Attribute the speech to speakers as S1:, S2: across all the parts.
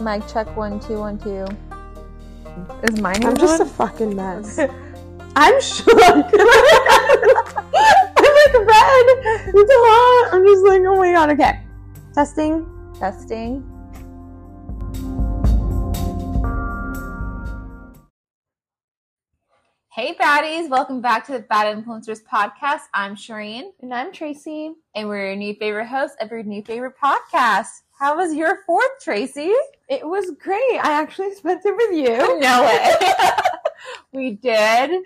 S1: Mic check one two one two. Is mine even
S2: I'm just a
S1: on?
S2: fucking mess. I'm shook. I'm like red. It's hot. I'm just like, oh my god. Okay, testing.
S1: testing.
S3: Hey, baddies! Welcome back to the Bad Influencers Podcast. I'm Shireen,
S1: And I'm Tracy.
S3: and we're your new favorite host of your new favorite podcast. How was your fourth, Tracy?
S2: It was great. I actually spent it with you.
S3: No way. we did.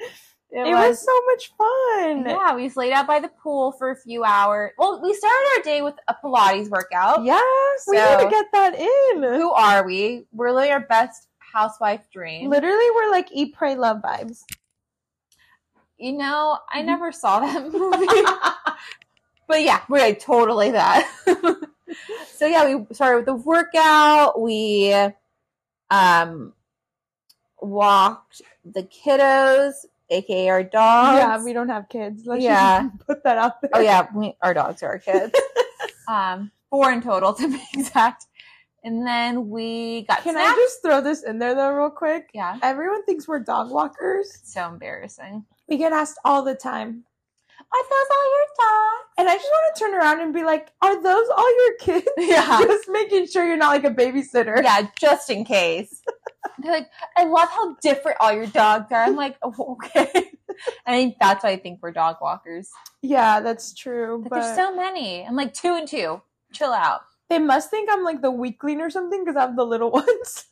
S3: It,
S2: It was so much fun.
S3: Yeah, we just laid out by the pool for a few hours. Well, we started our day with a Pilates workout.
S2: Yes, Oh, we
S3: So-
S2: need to get that in.
S3: Who are we? We're living our best housewife dream.
S2: Literally, we're like eat, pray, love vibes.
S3: You know, I
S2: Mm-hmm.
S3: never saw that movie. but yeah, we're like totally that. so yeah, we started with the workout. We um walked the kiddos, aka our dogs.
S2: yeah, we don't have kids. Let's
S3: Yeah.
S2: just put that out there.
S3: oh yeah, we, our dogs are our kids. um, four in total to be exact. And then we got
S2: Can I
S3: snacks.
S2: just throw this in there though, real quick?
S3: yeah,
S2: Everyone thinks we're dog walkers.
S3: so embarrassing.
S2: We get asked all the time.
S3: I thought all your dogs.
S2: And I just want to turn around and be like, are those all your kids?
S3: Yeah.
S2: just making sure you're not like a babysitter.
S3: Yeah, just in case. They're like, I love how different all your dogs are. I'm like, "Oh, okay. I think that's why I think we're dog walkers.
S2: Yeah, that's true.
S3: Like,
S2: but
S3: there's so many. I'm like two and two. Chill out.
S2: they must think I'm like the weakling or something because I have the little ones.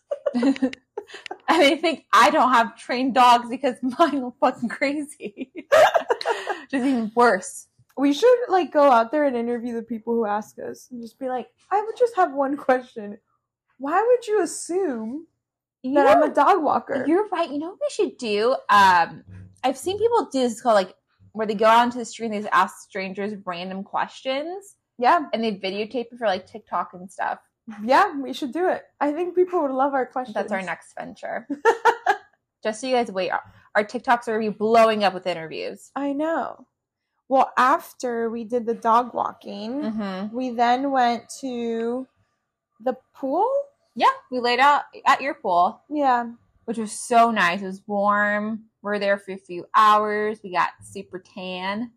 S3: And they think I don't have trained dogs because mine are fucking crazy. just even worse.
S2: We should like go out there and interview the people who ask us and just be like, I would just have one question. Why would you assume that I'm a dog walker?
S3: You're right. You know what we should do? Um, I've seen people do this called like where they go out into the street and they just ask strangers random questions
S2: Yeah,
S3: and they videotape it for like TikTok and stuff.
S2: yeah, we should do it. I think people would love our questions.
S3: That's our next venture. Just so you guys wait, our, our TikToks are gonna be blowing up with interviews.
S2: I know. Well, after we did the dog walking,
S3: Mm-hmm.
S2: we then went to the pool.
S3: Yeah, we laid out at your pool,
S2: Yeah,
S3: which was so nice. It was warm. We were there for a few hours. We got super tan.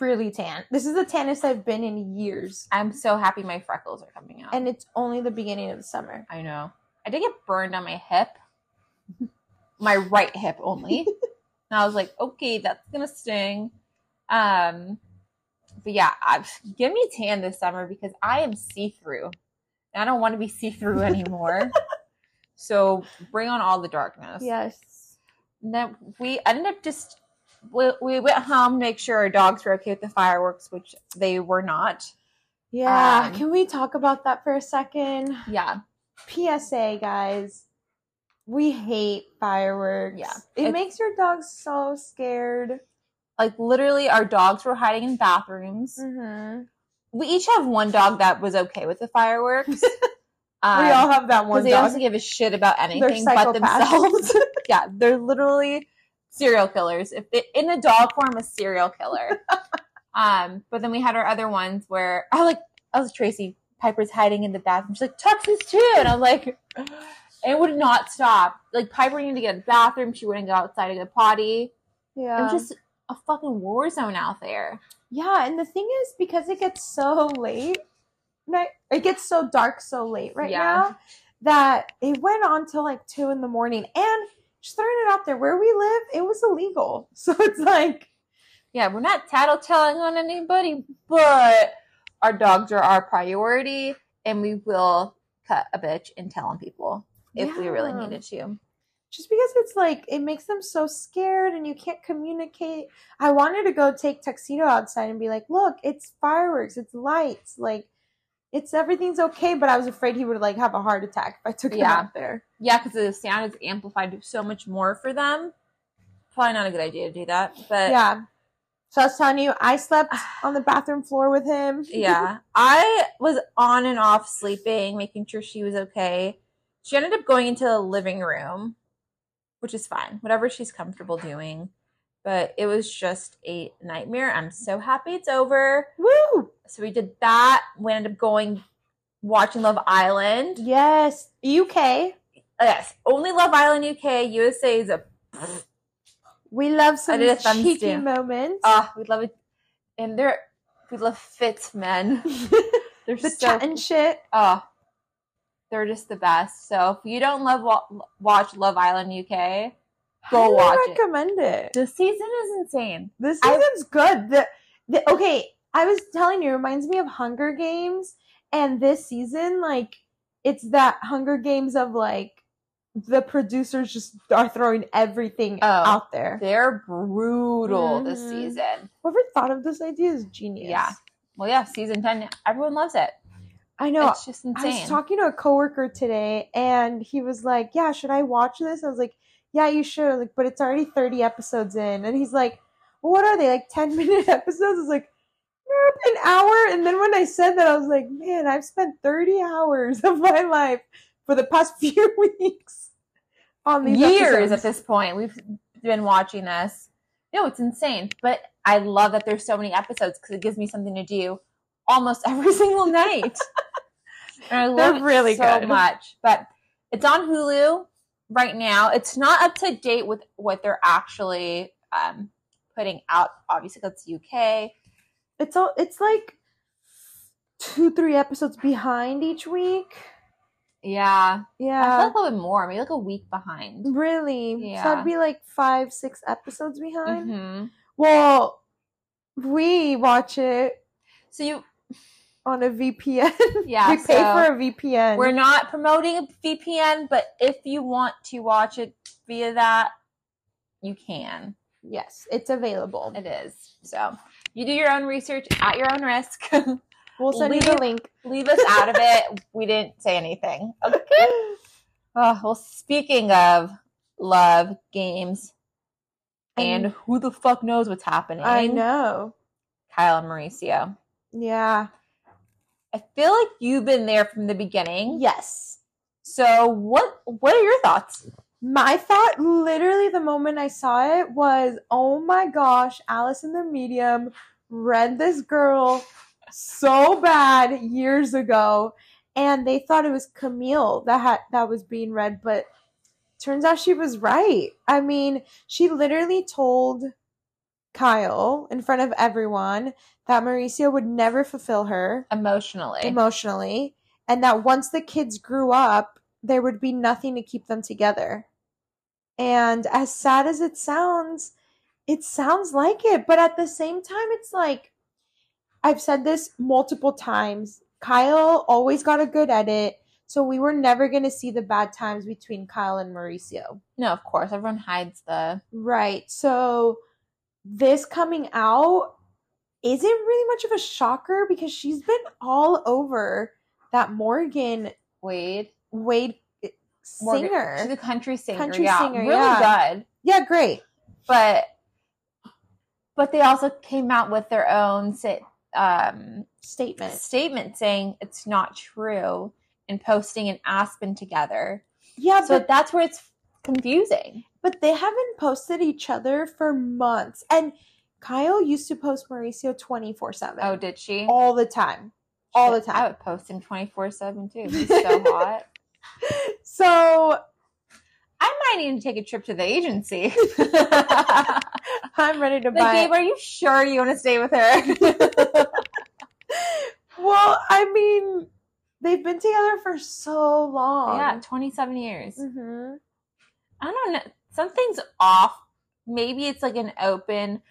S2: really tan. This is the tannest I've been in years,
S3: I'm so happy my freckles are coming out.
S2: and it's only the beginning of the summer.
S3: I know. I did get burned on my hip, my right hip only. and I was like, okay, that's gonna sting. Um, but yeah, I, give me tan this summer because I am see through. And I don't want to be see through anymore. so bring on all the darkness.
S2: Yes.
S3: And then we ended up just we, we went home to make sure our dogs were okay with the fireworks, which they were not.
S2: Yeah.
S3: Um,
S2: Can we talk about that for a second?
S3: Yeah,
S2: PSA, guys. We hate fireworks.
S3: Yeah.
S2: It,
S3: It-
S2: makes your dog so scared.
S3: like literally, our dogs were hiding in bathrooms.
S2: Mm-hmm.
S3: we each have one dog that was okay with the fireworks. Um,
S2: we all have that
S3: because
S2: one
S3: they
S2: dog.
S3: don't give a shit about anything
S2: They're
S3: but
S2: psychopaths.
S3: themselves. yeah, they're literally serial killers. If they, in a dog form, a serial killer. um, but then we had our other ones where I like I was Tracy Piper's hiding in the bathroom. She's like Tux is too, and I'm like, it would not stop. Like Piper needed to get in the bathroom. She wouldn't go outside to go potty. It
S2: yeah.
S3: was just a fucking war zone out there.
S2: Yeah, and the thing is, because it gets so late, night it gets so dark so late right
S3: Yeah.
S2: now that it went on till like two in the morning. And just throwing it out there, where we live, it was illegal, so it's like,
S3: Yeah, we're not tattletelling on anybody, but our dogs are our priority, and we will cut a bitch and tell on people if we really
S2: Yeah.
S3: needed to.
S2: Just because it's like it makes them so scared and you can't communicate. I wanted to go take tuxedo outside and be like, "Look, it's fireworks, it's lights, like it's everything's okay." But I was afraid he would like have a heart attack if I took
S3: Yeah.
S2: him out there.
S3: Yeah, because the sound is amplified so much more for them. Probably not a good idea to do that, but yeah,
S2: yeah. So I was telling you, I slept on the bathroom floor with him.
S3: I was on and off sleeping, making sure she was okay. She ended up going into the living room, which is fine, whatever she's comfortable doing. But it was just a nightmare. I'm so happy it's over.
S2: Woo!
S3: so we did that. We ended up going watching Love Island. Oh,
S2: Yes. UK.
S3: Yes, only Love Island UK. USA is a
S2: We love
S3: I
S2: some
S3: did a thumb
S2: cheeky
S3: stamp.
S2: moments.
S3: ah. we love it, and they're we love fit men. They're
S2: the
S3: so
S2: chat and shit.
S3: oh, they're just the best. So if you don't love wa- watch Love Island UK, go
S2: Highly
S3: watch it.
S2: recommend it.
S3: The season is insane.
S2: This
S3: I-
S2: season's good. The, the okay, I was telling you, it reminds me of Hunger Games, and this season, like, it's that Hunger Games of like the producers just are throwing everything
S3: Oh.
S2: out there.
S3: They're brutal this
S2: Mhm.
S3: season.
S2: Whoever thought of this idea is genius.
S3: Yeah. Well, yeah, season ten. Everyone loves it.
S2: I know.
S3: it's just insane.
S2: I was talking to a coworker today, and he was like, "Yeah, should I watch this?" I was like, "Yeah, you should." I was like, but it's already thirty episodes in, and he's like, well, "What are they like ten minute episodes?" I was like, nope, "An hour." And then when I said that, I was like, "Man, I've spent thirty hours of my life for the past few weeks on these
S3: years at
S2: episodes.
S3: this point. We've been watching this. No, it's insane. But I love that there's so many episodes because it gives me something to do almost every single night. and I love it
S2: really
S3: so
S2: good.
S3: much. But it's on Hulu right now. It's not up to date with what they're actually um, putting out. Obviously, that's UK.
S2: It's all. It's like two, three episodes behind each week.
S3: Yeah, I feel
S2: Yeah,
S3: like a little bit more, maybe like a week behind.
S2: really. So
S3: Yeah.
S2: I'd be like five, six episodes behind.
S3: hmm
S2: Well, we watch it
S3: So you,
S2: on a VPN.
S3: yeah,
S2: we pay
S3: so-
S2: for a VPN.
S3: We're not promoting a VPN, but if you want to watch it via that, you can.
S2: yes, it's available.
S3: It is. So you do your own research at your own risk.
S2: We'll send you
S3: leave-
S2: the link.
S3: Leave us out of it. We didn't say anything. Okay. Oh, well, speaking of love, games, and
S2: And-
S3: who the fuck knows what's happening?
S2: I know.
S3: Kyle and Mauricio.
S2: Yeah.
S3: I feel like you've been there from the beginning.
S2: Yes.
S3: So what what are your thoughts?
S2: My thought, literally, the moment I saw it was, oh my gosh, Alice in the Medium read this girl so bad years ago, and they thought it was Camille that had, that was being read, but turns out she was right. I mean, she literally told Kyle in front of everyone that Mauricio would never fulfill her
S3: Emotionally.
S2: emotionally, and that once the kids grew up, there would be nothing to keep them together. And as sad as it sounds, it sounds like it, but at the same time, it's like I've said this multiple times. Kyle always got a good edit, so we were never going to see the bad times between Kyle and Mauricio.
S3: no, of course. Everyone hides the
S2: Right. So this coming out isn't really much of a shocker because she's been all over that Morgan
S3: Wade.
S2: Wade eh,
S3: Morgan-
S2: singer.
S3: She's a country singer.
S2: Country
S3: yeah,
S2: singer,
S3: really
S2: yeah.
S3: good.
S2: yeah, great.
S3: But but they also came out with their own sit, um,
S2: Statement.
S3: statement saying it's not true and posting an Aspen together.
S2: Yeah,
S3: So
S2: but
S3: that's where it's confusing.
S2: but they haven't posted each other for months. And Kyle used to post Mauricio 24/7
S3: Oh, did she?
S2: all the time. all the
S3: Shit, I
S2: time.
S3: would post him twenty four seven too. He's so hot.
S2: So,
S3: I might need to take a trip to the agency.
S2: I'm ready to
S3: Like,
S2: buy
S3: babe, are you sure you want to stay with her?
S2: Well, I mean, they've been together for so long.
S3: yeah, twenty seven years.
S2: hmm
S3: I don't know. Something's off. Maybe it's like an open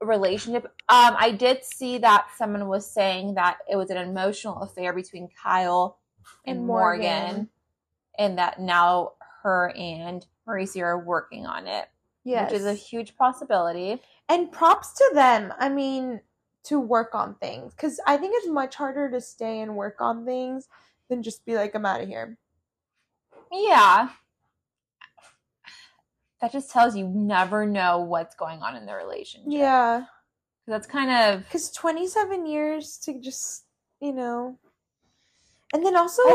S3: relationship. Um, I did see that someone was saying that it was an emotional affair between Kyle and,
S2: And
S3: Morgan.
S2: Morgan.
S3: and that now her and Mauricio are working on it,
S2: Yes.
S3: which is a huge possibility.
S2: and props to them. I mean, to work on things because I think it's much harder to stay and work on things than just be like, I'm out of here.
S3: Yeah. That just tells you never know what's going on in the relationship.
S2: Yeah,
S3: That's kind of
S2: because 27 years to just, you know, and then also,
S3: I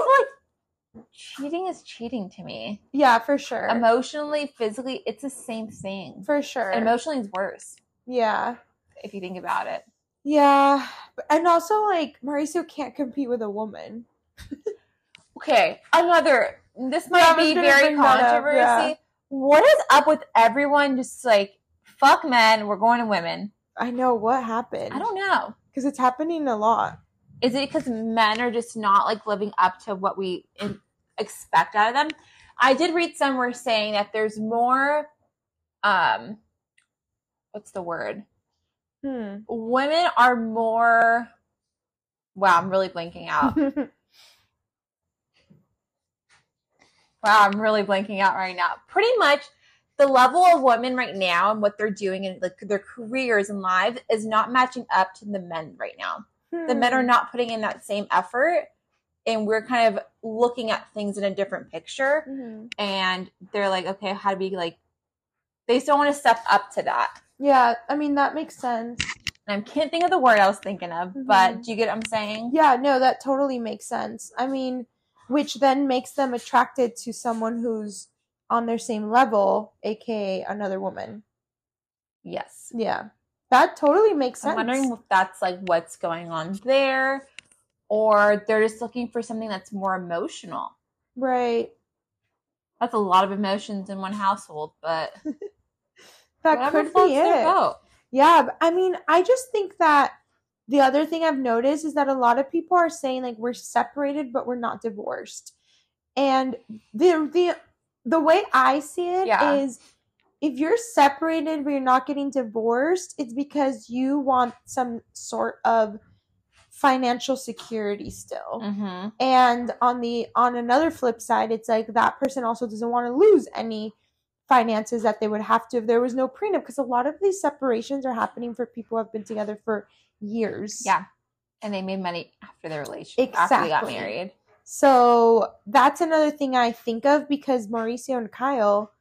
S3: feel like cheating is cheating to me.
S2: yeah, for sure,
S3: emotionally, physically, it's the same thing.
S2: for sure,
S3: And emotionally is worse
S2: yeah,
S3: if you think about it.
S2: yeah, and also like Mauricio can't compete with a woman.
S3: Okay, another. This might
S2: Yeah, I was
S3: be
S2: gonna
S3: very
S2: bring that up,
S3: controversy.
S2: yeah.
S3: What is up with everyone? Just like fuck men, we're going to women.
S2: I know what happened.
S3: I don't know.
S2: because it's happening a lot.
S3: Is it because men are just not like living up to what we in- expect out of them? I did read somewhere saying that there's more. Um, what's the word?
S2: Hmm.
S3: Women are more. Wow, I'm really blanking out. Wow, I'm really blanking out right now. Pretty much the level of women right now and what they're doing and like their careers and lives is not matching up to the men right now. The men
S2: Hmm.
S3: are not putting in that same effort and we're kind of looking at things in a different picture
S2: Mhm.
S3: and they're like, okay, how do we like they just don't want to step up to that.
S2: Yeah, I mean that makes sense.
S3: And I can't think of the word I was thinking of, but
S2: Mhm.
S3: do you get what I'm saying?
S2: Yeah, no, that totally makes sense. I mean, which then makes them attracted to someone who's on their same level, aka another woman.
S3: Yes.
S2: Yeah. That totally makes sense.
S3: I'm wondering if that's like what's going on there, or they're just looking for something that's more emotional.
S2: right.
S3: That's a lot of emotions in one household, but
S2: That
S3: whatever
S2: could
S3: floats
S2: be
S3: their
S2: it.
S3: boat.
S2: Yeah, but I mean, I just think that the other thing I've noticed is that a lot of people are saying like we're separated but we're not divorced. And the the the way I see it is,
S3: Yeah.
S2: if you're separated but you're not getting divorced, it's because you want some sort of financial security still.
S3: Mhm.
S2: And on the on another flip side, it's like that person also doesn't want to lose any finances that they would have to if there was no prenup because a lot of these separations are happening for people who have been together for years.
S3: Yeah. And they made money after their relationship, after they got
S2: Exactly.
S3: married.
S2: So that's another thing I think of because Mauricio and Kyle,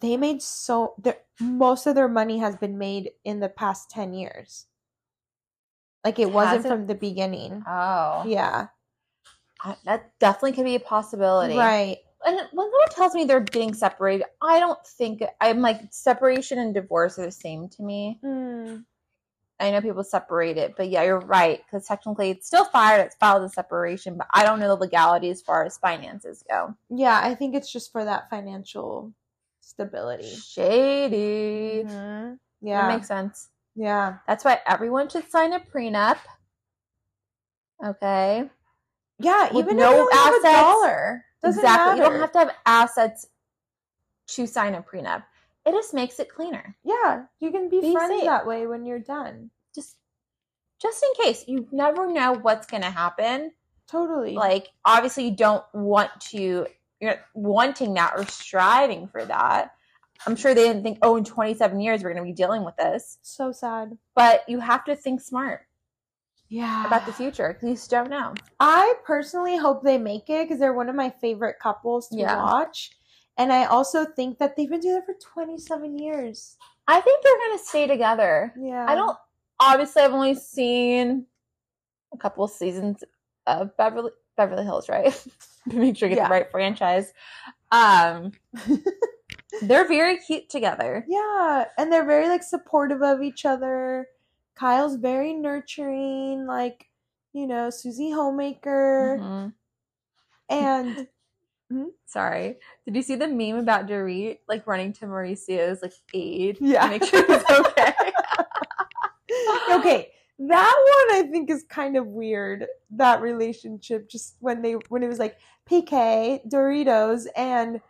S2: they made so their most of their money has been made in the past 10 years. Like it wasn't
S3: Has it?
S2: from the beginning.
S3: Oh,
S2: Yeah.
S3: I- that definitely could be a possibility.
S2: Right.
S3: And when someone tells me they're getting separated, I don't think I'm like separation and divorce are the same to me.
S2: Mm,
S3: I know people separate it, but yeah, you're right because technically it's still fired. It's filed as separation, but I don't know the legality as far as finances go.
S2: Yeah, I think it's just for that financial stability.
S3: Shady.
S2: Mhm.
S3: Mm-hmm. That
S2: Yeah.
S3: makes sense.
S2: yeah.
S3: That's why everyone should sign a prenup. Okay.
S2: Yeah.
S3: With
S2: even if you
S3: no
S2: only have a
S3: assets.
S2: dollar. Doesn't
S3: exactly. You don't
S2: matter.
S3: have to have assets to sign a prenup. It just makes it cleaner.
S2: Yeah. You can be,
S3: Be
S2: friends
S3: safe.
S2: that way when you're done.
S3: Just just in case. You never know what's gonna happen.
S2: Totally.
S3: Like obviously you don't want to you're not wanting that or striving for that. I'm sure they didn't think, oh, in 27 years we're gonna be dealing with this.
S2: so sad.
S3: But you have to think smart
S2: Yeah.
S3: about the future because you just don't know.
S2: I personally hope they make it because they're one of my favorite couples to
S3: Yeah.
S2: watch. And I also think that they've been together for 27 years.
S3: I think they're gonna stay together.
S2: Yeah.
S3: I don't. Obviously, I've only seen a couple seasons of Beverly Beverly Hills, right? Make sure you get
S2: Yeah.
S3: the right franchise. Um, they're very cute together.
S2: Yeah, and they're very like supportive of each other. Kyle's very nurturing, like you know, Susie homemaker,
S3: Mhm. Mm-hmm.
S2: and
S3: Sorry, did you see the meme about Dorit like running to Mauricio's like aid? to
S2: Yeah.
S3: make sure he's okay.
S2: okay, that one I think is kind of weird. That relationship, just when they when it was like PK, Doritos, and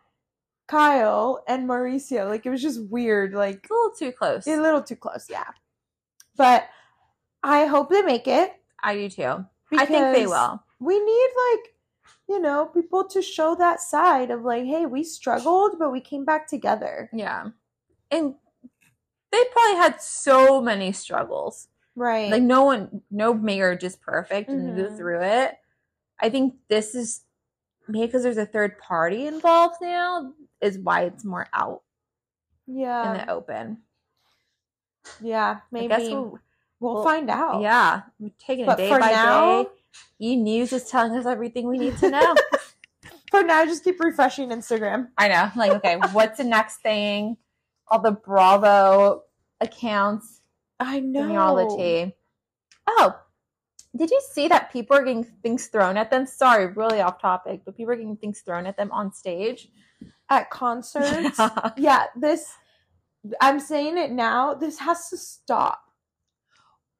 S2: Kyle and Mauricio, like it was just weird. Like
S3: It's a little too close.
S2: a little too close, yeah. But I hope they make it.
S3: I do too. I think they
S2: because-
S3: will.
S2: we need like you know people to show that side of like hey we struggled but we came back together
S3: Yeah, and they probably had so many struggles.
S2: right
S3: like no one no marriage is perfect and you go
S2: Mhm.
S3: through it i think this is maybe because there's a third party involved now is why it's more out
S2: yeah
S3: in the open
S2: yeah
S3: I
S2: maybe
S3: guess
S2: we'll,
S3: we'll- we'll-
S2: find out
S3: yeah we're taking
S2: but
S3: it day
S2: for
S3: by
S2: now
S3: day e news is telling us everything we need to know
S2: for now just keep refreshing instagram
S3: i know like okay what's the next thing all the bravo accounts
S2: i know
S3: giving you all the tea oh Did you see that people are getting things thrown at them? Sorry, really off topic, but people are getting things thrown at them on stage.
S2: at concerts. Yeah.
S3: Yeah.
S2: this I'm saying it now. This has to stop.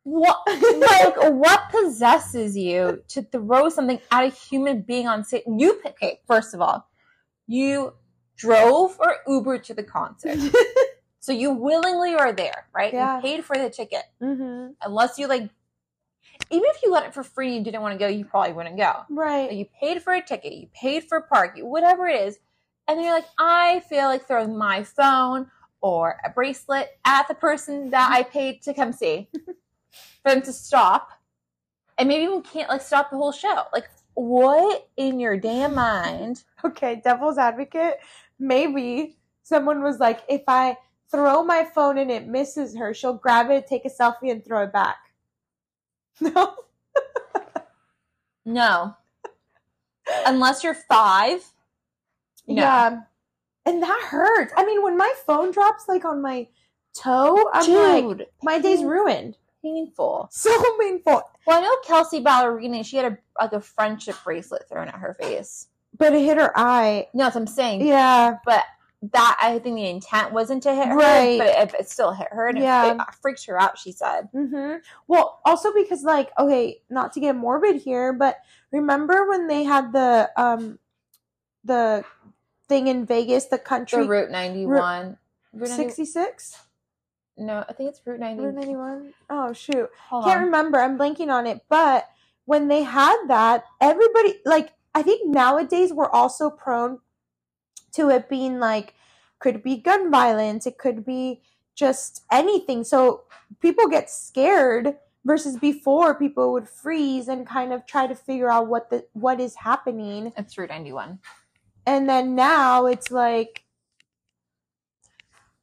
S3: What like what possesses you to throw something at a human being on stage? You okay, first of all, you drove or Ubered to the concert. so you willingly are there, right?
S2: Yeah.
S3: You paid for the ticket.
S2: Mm-hmm.
S3: Unless you like even if you got it for free and you didn't want to go, you probably wouldn't go. But
S2: Right.
S3: you paid for a ticket, you paid for parking, whatever it is, and then you're like, I feel like throwing my phone or a bracelet at the person that I paid to come see for them to stop, and maybe even can't like stop the whole show. Like, what in your damn mind?
S2: Okay, devil's advocate. Maybe someone was like, if I throw my phone and it misses her, she'll grab it, take a selfie, and throw it back. No.
S3: No, unless you're five. No.
S2: Yeah. And that hurts. I mean, when my phone drops like on my toe, I'm like,
S3: Dude,
S2: my day's ruined.
S3: painful.
S2: So painful.
S3: Well, I know Kelsey Ballerini. She had a like a friendship bracelet thrown at her face.
S2: But it hit her eye.
S3: No, that's what I'm saying.
S2: Yeah.
S3: but that I think the intent wasn't to hit her,
S2: Right.
S3: but it, it still hit her, and it-
S2: Yeah.
S3: it, freaked her out. She said,
S2: hmm Well, also because like, okay, not to get morbid here, but remember when they had the um the thing in Vegas, the
S3: "The
S2: country
S3: Route 91, Route 90,
S2: sixty six?
S3: no, I think it's Route 90.
S2: Route ninety one? Oh shoot.
S3: Hold
S2: Can't
S3: on.
S2: remember. I'm blanking on it. But when they had that, everybody like I think nowadays we're also prone to it being like could be gun violence, it could be just anything. So people get scared versus before people would freeze and kind of try to figure out what the what is happening.
S3: It's Route 91.
S2: And then now it's like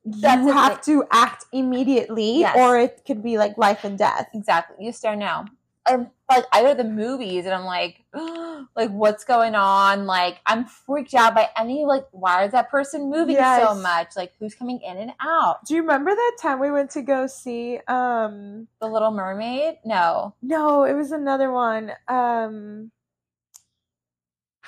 S3: That's
S2: you
S3: the
S2: have to act immediately
S3: Yes.
S2: or it could be like life and death.
S3: Exactly. You just don't know. I'm like, I go to the movies, and I'm like, like what's going on? Like, I'm freaked out by any like, why is that person moving so
S2: Yes.
S3: much? Like, who's coming in and out?
S2: Do you remember that time we went to go see um
S3: The Little Mermaid? No,
S2: no, it was another one. Um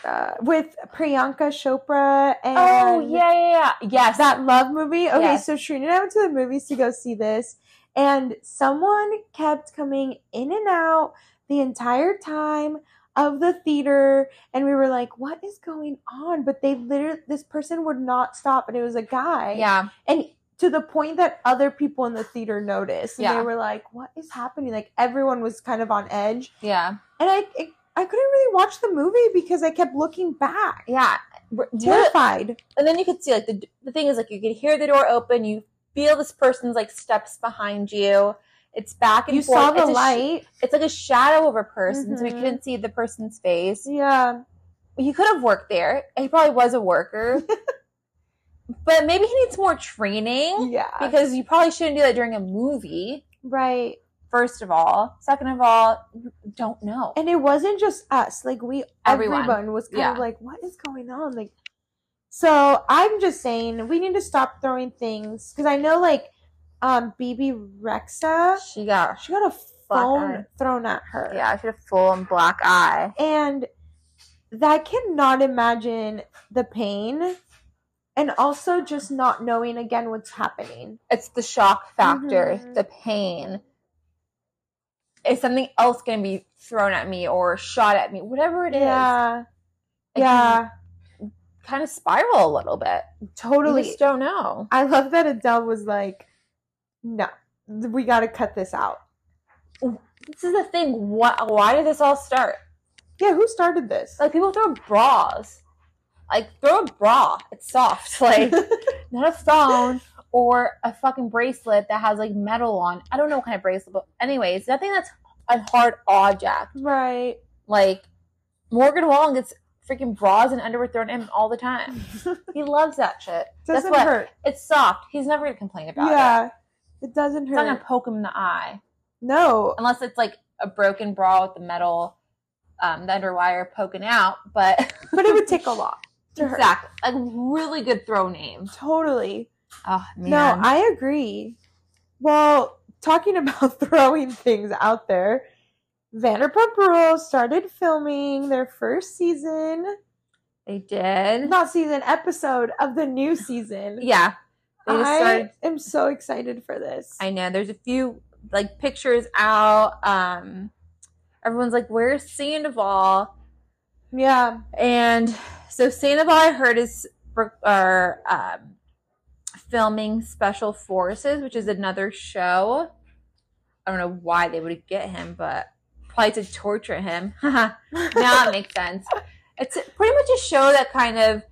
S2: uh, with Priyanka Chopra and
S3: Oh yeah, yeah, yeah. Yes.
S2: that love movie. Okay,
S3: Yes.
S2: so Trina and I went to the movies to go see this, and someone kept coming in and out the entire time of the theater, and we were like, "What is going on?" But they literally, this person would not stop, and it was a guy,
S3: yeah.
S2: and to the point that other people in the theater noticed, and
S3: Yeah.
S2: they were like, "What is happening?" Like everyone was kind of on edge,
S3: Yeah.
S2: and I. I I couldn't really watch the movie because I kept looking back,
S3: Yeah. R- lit-
S2: terrified.
S3: And then you could see like the the thing is like you could hear the door open, you feel this person's like steps behind you. It's back and
S2: You
S3: forth.
S2: saw the
S3: it's a sh-
S2: light,
S3: it's like a shadow of a person, so we
S2: Mhm.
S3: couldn't see the person's face.
S2: yeah.
S3: He could have worked there. He probably was a worker, but maybe he needs more training
S2: Yeah.
S3: because you probably shouldn't do that during a movie.
S2: Right.
S3: First of all, second of all, you don't know.
S2: And it wasn't just us. Like we
S3: Everyone.
S2: everyone, was kind of
S3: Yeah.
S2: like, what is going on? Like so I'm just saying we need to stop throwing things because I know like um BB Rexa,
S3: She got
S2: she got a
S3: Black
S2: phone
S3: eye.
S2: thrown at her.
S3: yeah, she had a full and black eye.
S2: And that cannot imagine the pain and also just not knowing again what's happening.
S3: it's the shock factor,
S2: Mhm.
S3: the pain. Is something else going to be thrown at me or shot at me? Whatever it is,
S2: yeah. Yeah.
S3: kind of spiral a little bit.
S2: Totally.
S3: You just don't know.
S2: I love that Adele was like, no, we got to cut this out.
S3: This is the thing. What? Why did this all start?
S2: Yeah, who started this?
S3: Like people throw bras. Like throw a bra. It's soft. Like not a phone or a fucking bracelet that has like metal on. I don't know what kind of bracelet, but anyways, nothing that's a hard object.
S2: right.
S3: Like Morgan Wallen gets freaking bras and underwear thrown at him all the time. he loves that shit. That's
S2: doesn't
S3: what
S2: hurt.
S3: it's soft. He's never gonna complain about it.
S2: Yeah. It doesn't
S3: It's not gonna
S2: hurt.
S3: poke him in the eye
S2: No.
S3: unless it's like a broken bra with the metal, um, the underwire poking out. But
S2: But it would take a lot to hurt.
S3: exactly, like really good throw name.
S2: Totally.
S3: Oh man,
S2: No, I agree. Well, talking about throwing things out there, Vanderpump Rules started filming their first season,
S3: They did.
S2: not season, episode of the new season.
S3: Yeah. They just started
S2: I am so excited for this.
S3: I know. There's a few like pictures out. Um everyone's like, Where's Sandoval?
S2: yeah,
S3: And so Sandoval, I heard, is are um, filming Special Forces, which is another show. I don't know why they would get him, but probably to torture him. now it makes sense. It's pretty much a show that kind of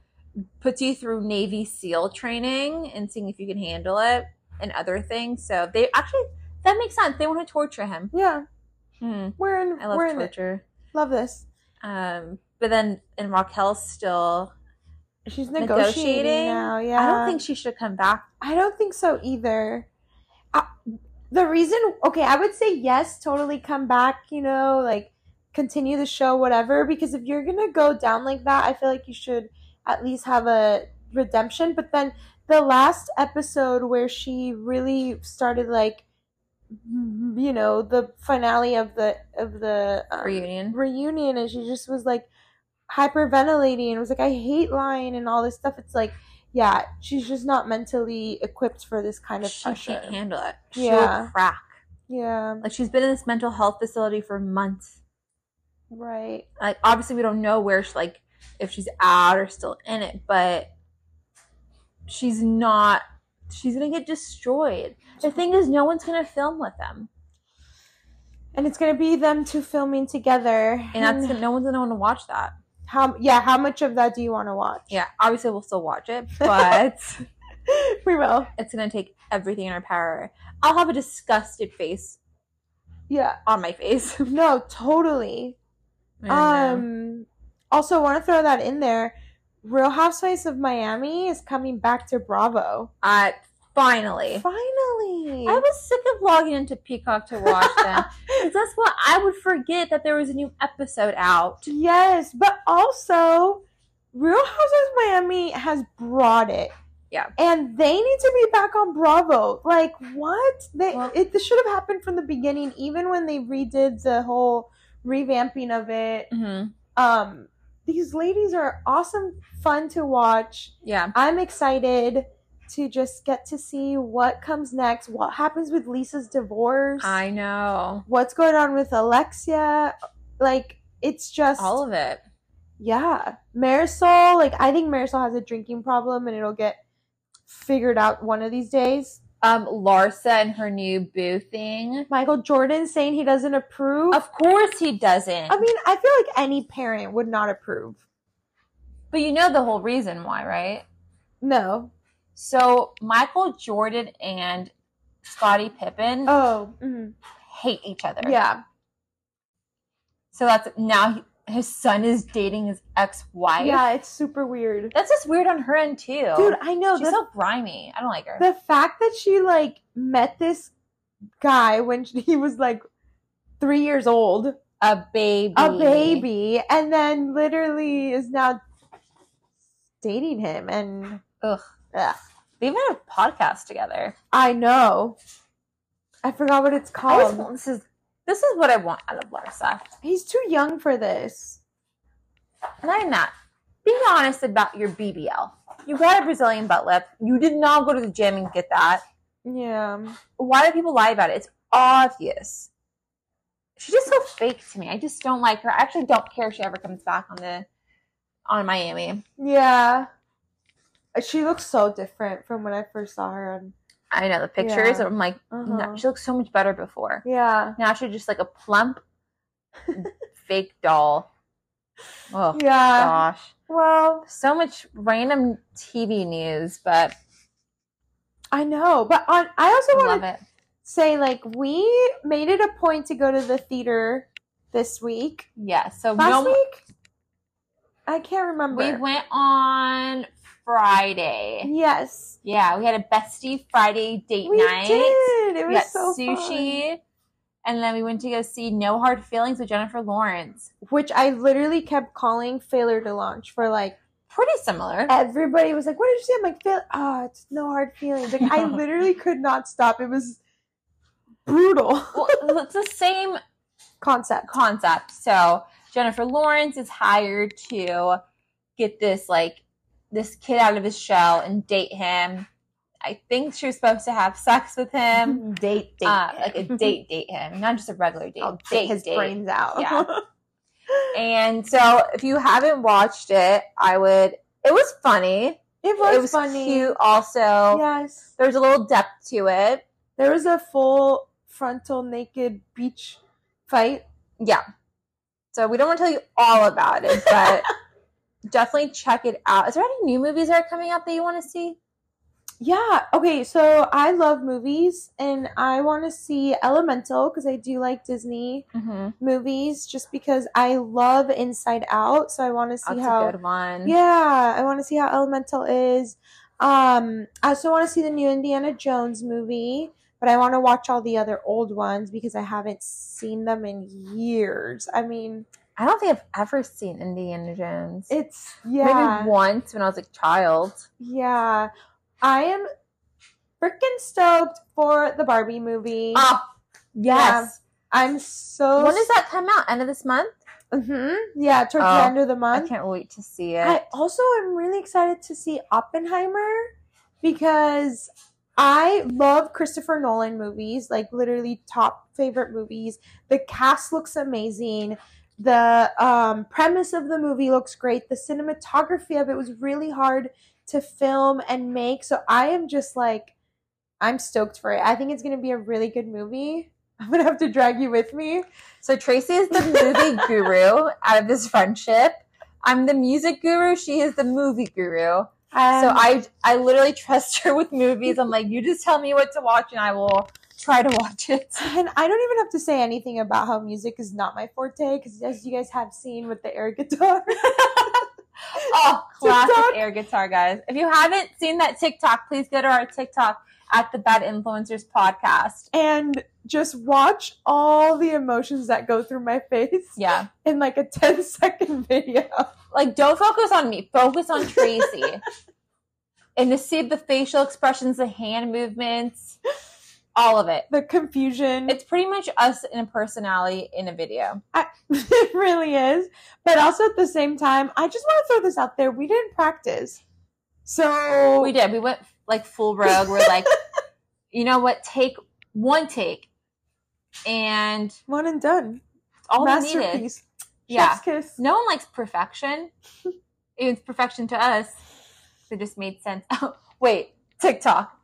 S3: puts you through Navy SEAL training and seeing if you can handle it and other things. So they actually that makes sense. They want to torture him.
S2: yeah.
S3: Hmm.
S2: We're in.
S3: I love
S2: we're in it.
S3: torture.
S2: Love this.
S3: Um, but then and Raquel's still
S2: She's negotiating,
S3: Negotiating?
S2: now. Yeah,
S3: I don't think she should come back.
S2: I don't think so either. I, the reason, okay, I would say yes, totally come back, you know, like continue the show, whatever, because if you're going to go down like that, I feel like you should at least have a redemption. But then the last episode where she really started, like, you know, the finale of the, of the, um,
S3: Reunion.
S2: reunion and she just was like hyperventilating and was like i hate lying and all this stuff it's like yeah she's just not mentally equipped for this kind of
S3: She
S2: pressure
S3: can't handle it. She'll
S2: Yeah.
S3: crack.
S2: yeah
S3: Like she's been in this mental health facility for months.
S2: right
S3: Like obviously we don't know where she like if she's out or still in it, but she's not. She's gonna get destroyed. The thing is, no one's gonna film with them,
S2: and it's gonna be them two filming together
S3: and that's no one's gonna want to watch that.
S2: how yeah how much of that do you want to watch
S3: Yeah, obviously we'll still watch it, but
S2: we will
S3: it's gonna take everything in our power. I'll have a disgusted face
S2: yeah
S3: on my face.
S2: no totally
S3: I know.
S2: um also want to throw that in there real housewives of miami is coming back to bravo
S3: Uh, finally.
S2: finally
S3: I was sick of logging into Peacock to watch them. 'Cause that's what I would forget that there was a new episode out.
S2: Yes, but also Real Housewives of Miami has brought it.
S3: Yeah.
S2: And they need to be back on Bravo. Like what? They
S3: Well-
S2: it this should have happened from the beginning even when they redid the whole revamping of it.
S3: Mm-hmm.
S2: Um these ladies are awesome, fun to watch.
S3: Yeah.
S2: I'm excited to just get to see what comes next, what happens with Lisa's divorce,
S3: I know.
S2: what's going on with Alexia. Like it's just
S3: All of it.
S2: yeah. Marisol, like I think Marisol has a drinking problem and it'll get figured out one of these days.
S3: Um, Larsa and her new boo thing.
S2: Michael Jordan saying he doesn't approve.
S3: Of course he doesn't.
S2: I mean, I feel like any parent would not approve.
S3: but you know the whole reason why, right?
S2: No.
S3: So Michael Jordan and Scottie Pippen
S2: Oh, mhm.
S3: mm-hmm. hate each other.
S2: yeah.
S3: So that's now he- his son is dating his ex-wife.
S2: Yeah, it's super weird.
S3: That's just weird on her end too.
S2: Dude, I know.
S3: She's
S2: The,
S3: so grimy. I don't like her.
S2: the fact that she, like, met this guy when he was, like, three years old,
S3: a baby.
S2: a baby, and then literally is now dating him and.
S3: Ugh.
S2: Ugh.
S3: They even had a podcast together.
S2: I know. I forgot what it's
S3: I always
S2: called.
S3: want- this is this is what I want out of Larsa.
S2: He's too young for this.
S3: And I'm not. Be honest about your BBL. You got a Brazilian butt lift. You did not go to the gym and get that.
S2: Yeah.
S3: Why do people lie about it? It's obvious. She's just so fake to me. I just don't like her. I actually don't care if she ever comes back on the on Miami.
S2: Yeah. She looks so different from when I first saw her. on-
S3: I know the pictures.
S2: Yeah.
S3: I'm like, no,
S2: Uh-huh.
S3: she looks so much better before.
S2: Yeah.
S3: Now she's just like a plump, fake doll. Oh
S2: Yeah.
S3: gosh,
S2: Well,
S3: so much random TV news, but
S2: I know, but on I also
S3: I
S2: want
S3: love
S2: to
S3: it.
S2: say like we made it a point to go to the theater this week.
S3: Yeah, so
S2: Last
S3: no,
S2: week? I can't remember.
S3: we went on Friday.
S2: yes.
S3: Yeah, we had a bestie Friday date
S2: We
S3: night.
S2: did. It
S3: We
S2: was
S3: got
S2: so fun.
S3: sushi, and then we went to go see No Hard Feelings with Jennifer Lawrence.
S2: which I literally kept calling failure to launch for like
S3: Pretty similar.
S2: Oh. everybody was like, "What did you say?" I'm like, "Fail, ah, it's no hard feelings." Like I literally could not stop. It was brutal.
S3: well, it's the same
S2: Concept.
S3: concept. So Jennifer Lawrence is hired to get this like this kid out of his shell and date him. I think she was supposed to have sex with him,
S2: Mm-hmm. Date, date.
S3: uh, like a date, date him, not just a regular date.
S2: I'll
S3: date
S2: take his
S3: date.
S2: brains out.
S3: Yeah. And so, if you haven't watched it, I would. It was funny.
S2: it was,
S3: it was
S2: funny.
S3: cute. Also,
S2: Yes.
S3: there's a little depth to it.
S2: There was a full frontal naked beach fight.
S3: Yeah. So we don't want to tell you all about it, but definitely check it out. Is there any new movies that are coming out that you want to see?
S2: Yeah. Okay. So I love movies, and I want to see Elemental because I do like Disney
S3: Mm-hmm.
S2: movies. Just because I love Inside Out, so I want to see
S3: That's
S2: how.
S3: a good one.
S2: Yeah, I want to see how Elemental is. Um, I also want to see the new Indiana Jones movie, but I want to watch all the other old ones because I haven't seen them in years. I mean,
S3: I don't think I've ever seen Indiana Jones.
S2: it's yeah,
S3: Maybe once when I was a child.
S2: yeah. I am freaking stoked for the Barbie movie.
S3: Oh, yes.
S2: I'm so
S3: When does that come out? End of this month?
S2: Mm-hmm. Yeah, towards
S3: Oh,
S2: the end of the
S3: I
S2: month.
S3: can't wait to see it.
S2: I also am really excited to see Oppenheimer because I love Christopher Nolan movies, like literally top favorite movies. The cast looks amazing. The um, premise of the movie looks great. The cinematography of it was really hard to film and make. So I am just like, I'm stoked for it. I think it's going to be a really good movie. I'm going to have to drag you with me.
S3: So Tracy is the movie guru out of this friendship. I'm the music guru. She is the movie guru. so
S2: Um,
S3: I I literally trust her with movies. I'm like, you just tell me what to watch and I will try to watch it.
S2: And I don't even have to say anything about how music is not my forte because, as you guys have seen with the air guitar,
S3: Oh, classic
S2: TikTok.
S3: air guitar, guys. If you haven't seen that TikTok, please go to our TikTok at the Bad Influencers Podcast.
S2: and just watch all the emotions that go through my face
S3: Yeah.
S2: in like a 10 second video.
S3: Like, don't focus on me, focus on Tracy. and to see the facial expressions, the hand movements, all of it.
S2: The confusion.
S3: It's pretty much us in a personality in a video.
S2: it really is. But also at the same time, I just want to throw this out there. We didn't practice. So
S3: We did. We went like full rogue. We're like, you know what? Take one take. And
S2: one and done.
S3: all we needed.
S2: Masterpiece.
S3: Yeah.
S2: Chef's kiss.
S3: No one likes perfection. It's perfection to us. It just made sense. Oh, wait, TikTok.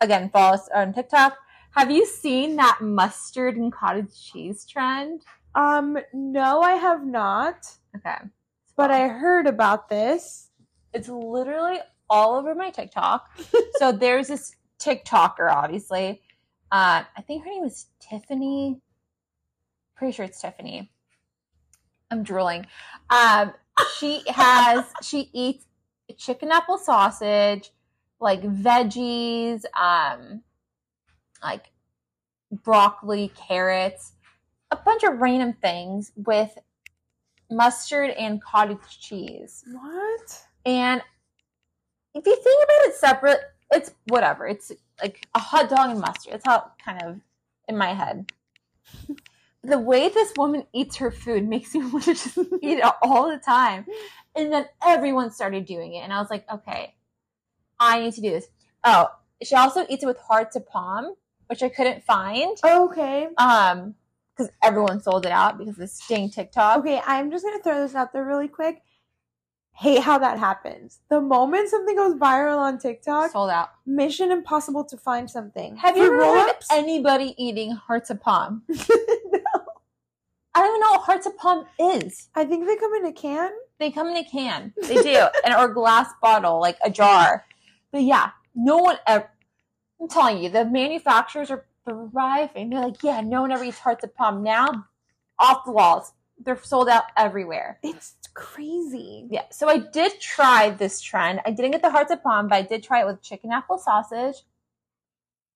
S3: Again, follow us on TikTok. Have you seen that mustard and cottage cheese trend?
S2: Um, no, I have not,
S3: Okay.
S2: but I heard about this.
S3: It's literally all over my TikTok. so there's this TikToker, obviously. Uh, I think her name is Tiffany. Pretty sure it's Tiffany. I'm drooling. Um, she has she eats chicken apple sausage, like veggies, um, like broccoli, carrots, a bunch of random things with mustard and cottage cheese.
S2: What?
S3: And if you think about it separate, it's whatever. It's like a hot dog and mustard. That's how it kind of in my head. The way this woman eats her food makes me want to just eat it all the time. And then everyone started doing it. And I was like, okay, I need to do this. Oh, she also eats it with hearts of palm, which I couldn't find.
S2: Okay.
S3: Um, because everyone sold it out because of this dang TikTok.
S2: Okay, I'm just gonna throw this out there really quick. Hate how that happens. The moment something goes viral on TikTok,
S3: Sold out.
S2: Mission Impossible to find something.
S3: Have you
S2: For
S3: ever heard of
S2: roll-ups?
S3: anybody eating hearts of palm? I don't even know what hearts of palm is.
S2: I think they come in a can.
S3: They come in a can. They do, and or glass bottle, like a jar. But yeah, no one ever. I'm telling you, the manufacturers are thriving. They're like, yeah, no one ever eats hearts of palm now. Off the walls, they're sold out everywhere.
S2: It's crazy.
S3: Yeah, so I did try this trend. I didn't get the hearts of palm, but I did try it with chicken apple sausage,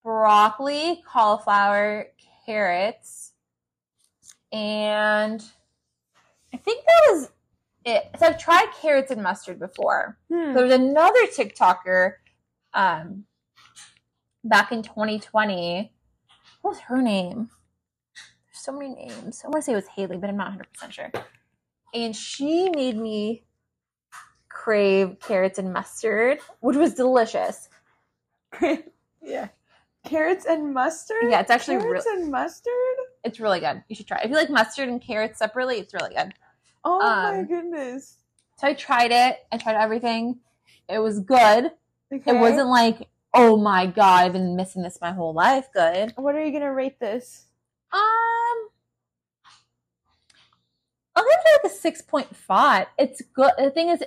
S3: broccoli, cauliflower, carrots, and I think that was it. So I've tried carrots and mustard before.
S2: Hmm.
S3: There was another TikToker um, back in 2020. What was her name? There's so many names. I want to say it was Haley, but I'm not 100% sure. And she made me crave carrots and mustard, which was delicious.
S2: yeah. Carrots and mustard?
S3: Yeah, it's actually real
S2: Carrots and mustard?
S3: it's really good. You should try. it. If you like mustard and carrots separately, it's really good.
S2: Oh my
S3: Um,
S2: goodness.
S3: So I tried it. I tried everything. It was good.
S2: Okay.
S3: It wasn't like, oh my god, I've been missing this my whole life. Good.
S2: What are you gonna rate this?
S3: Um, I'll give it like a six point five. It's good. The thing is,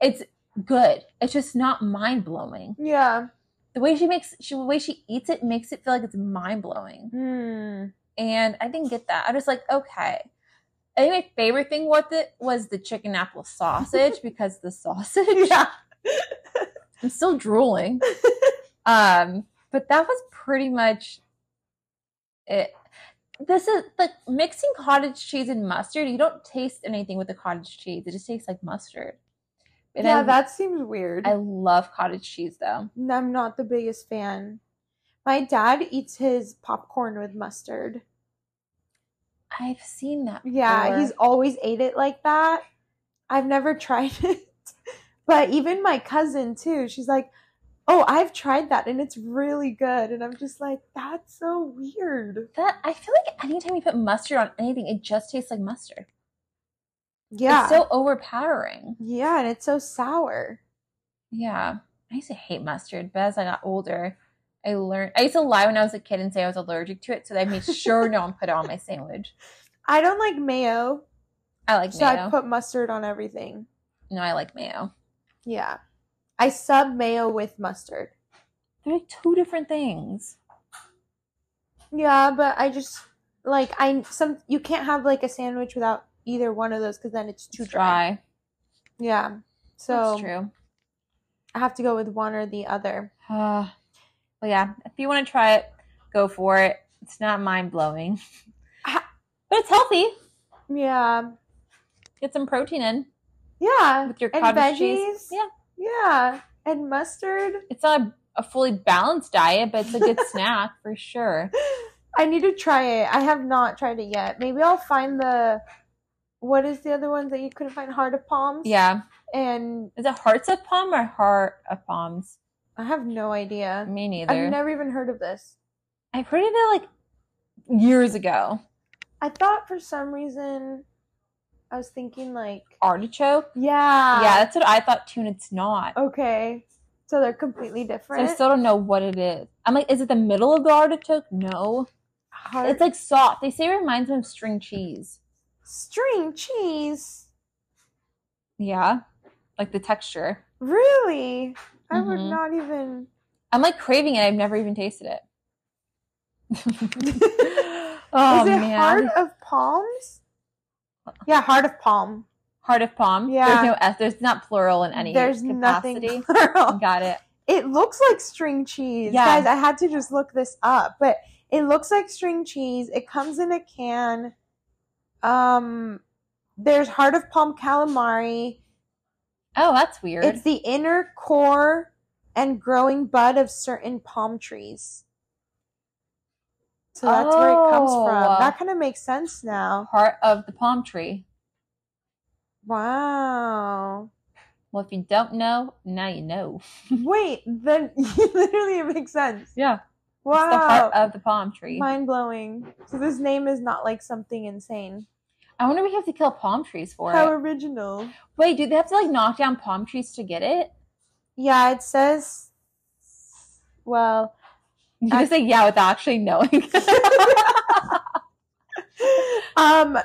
S3: it's good. It's just not mind blowing.
S2: Yeah.
S3: The way she makes, she, the way she eats it makes it feel like it's mind blowing.
S2: Hmm.
S3: And I didn't get that. I was like, okay. I think my favorite thing with it was the chicken apple sausage because the sausage.
S2: Yeah.
S3: I'm still drooling. um, but that was pretty much it. This is like mixing cottage cheese and mustard. You don't taste anything with the cottage cheese. It just tastes like mustard. And
S2: yeah,
S3: I,
S2: that seems weird.
S3: I love cottage cheese though.
S2: And I'm not the biggest fan. My dad eats his popcorn with mustard.
S3: I've seen that.
S2: Yeah,
S3: before.
S2: he's always ate it like that. I've never tried it. But even my cousin too, she's like, "Oh, I've tried that and it's really good." And I'm just like, "That's so weird."
S3: that. I feel like anytime you put mustard on anything, it just tastes like mustard.
S2: Yeah.
S3: It's so overpowering.
S2: yeah, and it's so sour.
S3: Yeah. I used to hate mustard, but as I got older, I learned. I used to lie when I was a kid and say I was allergic to it, so that I made sure no one put it on my sandwich.
S2: I don't like mayo,
S3: I like
S2: so
S3: mayo.
S2: I put mustard on everything.
S3: no, I like mayo.
S2: Yeah. I sub mayo with mustard.
S3: They're like two different things.
S2: Yeah, but I just like I some you can't have like a sandwich without either one of those cuz then it's too
S3: Too dry.
S2: Yeah.
S3: That's
S2: So
S3: true.
S2: I have to go with one or the other.
S3: Uh, but yeah, if you want to try it, go for it. It's not mind blowing, but
S2: Ah.
S3: it's healthy.
S2: Yeah.
S3: Get some protein in
S2: Yeah.
S3: with your
S2: And
S3: cottage
S2: veggies.
S3: cheese. Yeah,
S2: Yeah. And mustard.
S3: it's not a, a fully balanced diet, but it's a good snack for sure.
S2: I need to try it. I have not tried it yet. Maybe I'll find the what is the other ones that you couldn't find? Heart of palms.
S3: Yeah.
S2: And
S3: Is it hearts of palm or heart of palms?
S2: I have no idea.
S3: Me neither.
S2: I've never even heard of this.
S3: I heard of it like years ago.
S2: I thought for some reason I was thinking like
S3: Artichoke.
S2: Yeah.
S3: yeah, that's what I thought too, and it's not.
S2: Okay. So they're completely
S3: So
S2: different.
S3: I still don't know what it is. I'm like, is it the middle of the artichoke? No.
S2: Heart-
S3: It's like soft. They say it reminds them of string cheese.
S2: string cheese.
S3: Yeah. Like the texture.
S2: Really? I would
S3: Mhm.
S2: not even
S3: I'm like craving it. I've never even tasted it. oh
S2: Is it
S3: man.
S2: Heart of Palms? Yeah, Heart of Palm.
S3: Heart of palm.
S2: Yeah.
S3: There's no S. There's not plural in any
S2: There's
S3: capacity.
S2: nothing plural.
S3: Got it.
S2: It looks like string cheese.
S3: Yeah.
S2: Guys, I had to just look this up, but it looks like string cheese. It comes in a can. Um there's Heart of Palm calamari.
S3: Oh, that's weird.
S2: It's the inner core and growing bud of certain palm trees. So that's where it comes
S3: Oh.
S2: from. That kind of makes sense now.
S3: Heart of the palm tree.
S2: Wow.
S3: Well, if you don't know, now you know.
S2: Wait, then literally it makes sense.
S3: Yeah. It's the
S2: Wow.
S3: heart of the palm tree.
S2: Mind blowing. So this name is not like something insane.
S3: I wonder if you have to kill palm trees for
S2: How
S3: it.
S2: original.
S3: Wait, do they have to like knock down palm trees to get it?
S2: Yeah, it says well,
S3: You just say yeah without actually knowing.
S2: um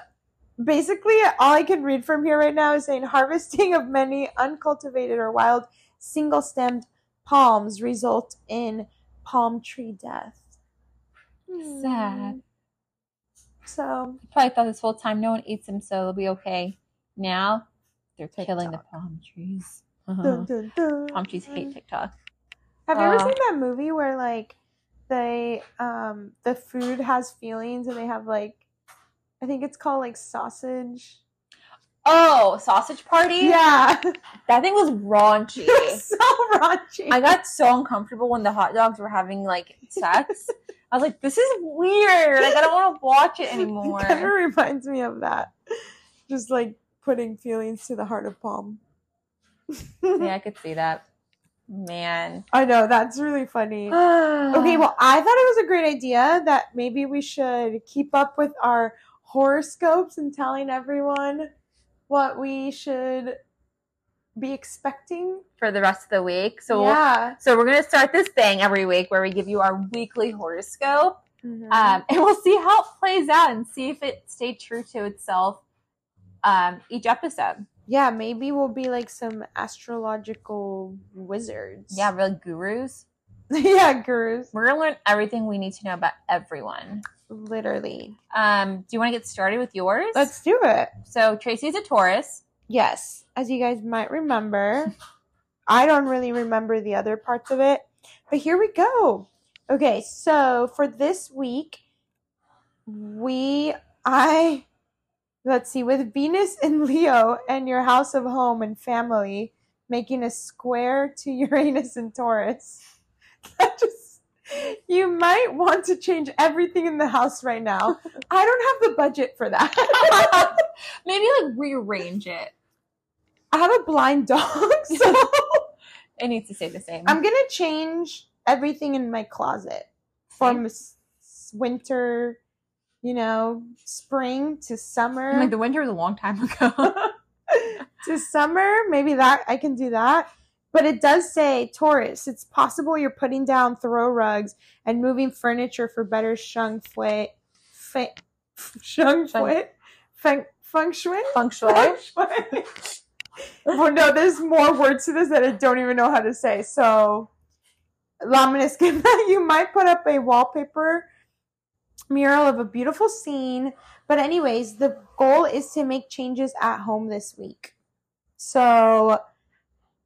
S2: basically all i can read from here right now is saying harvesting of many uncultivated or wild single-stemmed palms result in palm tree death Mm. Hmm.
S3: Sad.
S2: so
S3: Probably thought this whole time no one eats them, so they'll be okay. Now they're killing the palm trees. Uh-huh.
S2: dun,
S3: palm
S2: dun, dun.
S3: trees
S2: Mm.
S3: hate TikTok.
S2: have you ever
S3: Uh.
S2: seen that movie where like they um the food has feelings and they have like i think it's called like sausage
S3: Oh, sausage party?
S2: yeah
S3: That thing was raunchy.
S2: it's so raunchy
S3: I got so uncomfortable when the hot dogs were having like sex. I was like, this is weird. Like, I don't want to watch it anymore.
S2: It kind of reminds me of that. Just like putting feelings to the heart of palm.
S3: yeah, I could see that. Man.
S2: I know, that's really funny.
S3: okay,
S2: Okay, well, I thought it was a great idea that maybe we should keep up with our horoscopes and telling everyone what we should be expecting.
S3: for the rest of the week. So,
S2: yeah.
S3: so we're gonna start this thing every week where we give you our weekly horoscope,
S2: Mhm.
S3: um, and we'll see how it plays out and see if it stayed true to itself um, each episode.
S2: yeah, maybe we'll be like some astrological wizards.
S3: Yeah, real gurus.
S2: yeah, gurus.
S3: We're gonna learn everything we need to know about everyone.
S2: Literally.
S3: Um, do you want to get started with yours?
S2: Let's do it.
S3: so Tracy's a Taurus.
S2: Yes, as you guys might remember, I don't really remember the other parts of it, but here we go. Okay, so for this week, we, I, let's see, with Venus in Leo and your house of home and family making a square to Uranus and Taurus, that just, you might want to change everything in the house right now. I don't have the budget for that.
S3: Maybe like rearrange it.
S2: I have a blind dog, so
S3: It needs to stay the same.
S2: I'm gonna change everything in my closet from s- s- winter, you know, spring to summer.
S3: like the winter was a long time ago.
S2: to summer, maybe that I can do that. But it does say Taurus. It's possible you're putting down throw rugs and moving furniture for better shung fui, fe, shung
S3: Feng-
S2: fui, feng, feng shui.
S3: Feng
S2: Feng shui. well, no, there's more words to this that I don't even know how to say. So, I'm gonna skip that. You might put up a wallpaper mural of a beautiful scene. But, anyways, the goal is to make changes at home this week. So,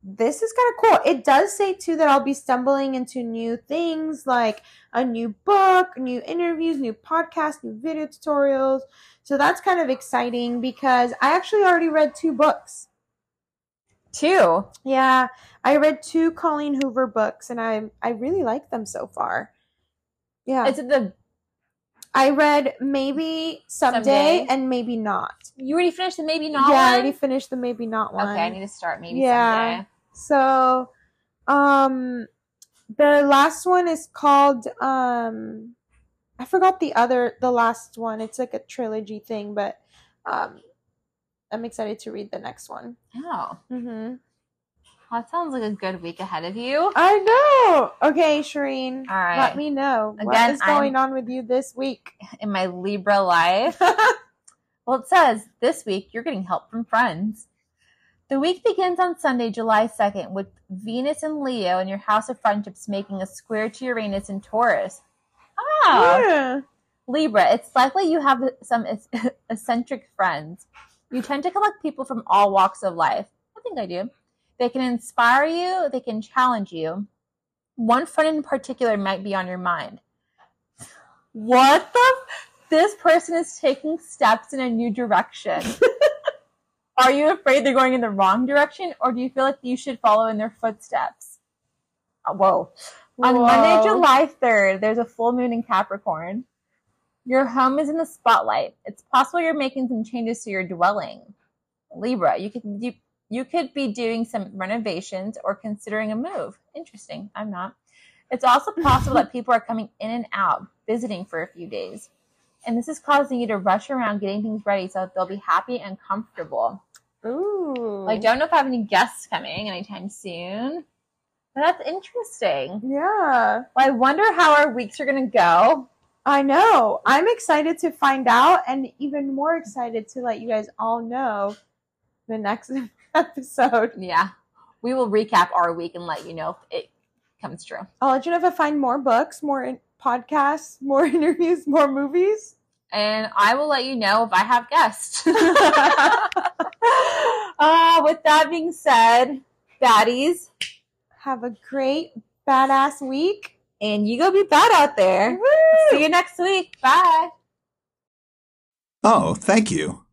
S2: this is kind of cool. It does say, too, that I'll be stumbling into new things like a new book, new interviews, new podcasts, new video tutorials. So, that's kind of exciting because I actually already read two books.
S3: Two.
S2: Yeah, I read two Colleen Hoover books, and I I really like them so far. Yeah,
S3: It's the
S2: I read maybe someday,
S3: Someday.
S2: and maybe not.
S3: you already finished the maybe not.
S2: yeah, I
S3: one?
S2: already finished the maybe not one.
S3: Okay, I need to start maybe
S2: Yeah.
S3: someday.
S2: So, um, the last one is called um, I forgot the other the last one. It's like a trilogy thing, but um, I'm excited to read the next one.
S3: Oh,
S2: Mm-hmm.
S3: well, that sounds like a good week ahead of you.
S2: I know. Okay, Shireen.
S3: All right.
S2: Let me know what
S3: Again,
S2: is going on with you this week.
S3: In my Libra life, well, it says this week you're getting help from friends. The week begins on Sunday, July 2nd, with Venus and Leo in your house of friendships making a square to Uranus and Taurus. Oh,
S2: Yeah.
S3: Libra, it's likely you have some ec- eccentric friends. You tend to collect people from all walks of life. I think I do. They can inspire you, they can challenge you. One friend in particular might be on your mind. What the? f- This person is taking steps in a new direction. Are you afraid they're going in the wrong direction, or do you feel like you should follow in their footsteps? Uh, Whoa. On Monday,
S2: Whoa.
S3: July 3rd, there's a full moon in Capricorn. Your home is in the spotlight. It's possible you're making some changes to your dwelling. Libra, you could you, you could be doing some renovations or considering a move. Interesting. I'm not. It's also possible that people are coming in and out, visiting for a few days. And this is causing you to rush around getting things ready so that they'll be happy and comfortable.
S2: Ooh.
S3: I don't know if I have any guests coming anytime soon. But that's interesting.
S2: Yeah.
S3: Well, I wonder how our weeks are going to go.
S2: I know. I'm excited to find out and even more excited to let you guys all know the next episode.
S3: Yeah. We will recap our week and let you know if it comes true.
S2: I'll let you know if I find more books, more in- podcasts, more interviews, more movies.
S3: And I will let you know if I have guests. uh, with that being said, baddies,
S2: Have a great badass week.
S3: and you go be bad out there.
S2: Woo!
S3: See you next week. Bye.
S4: Oh, thank you.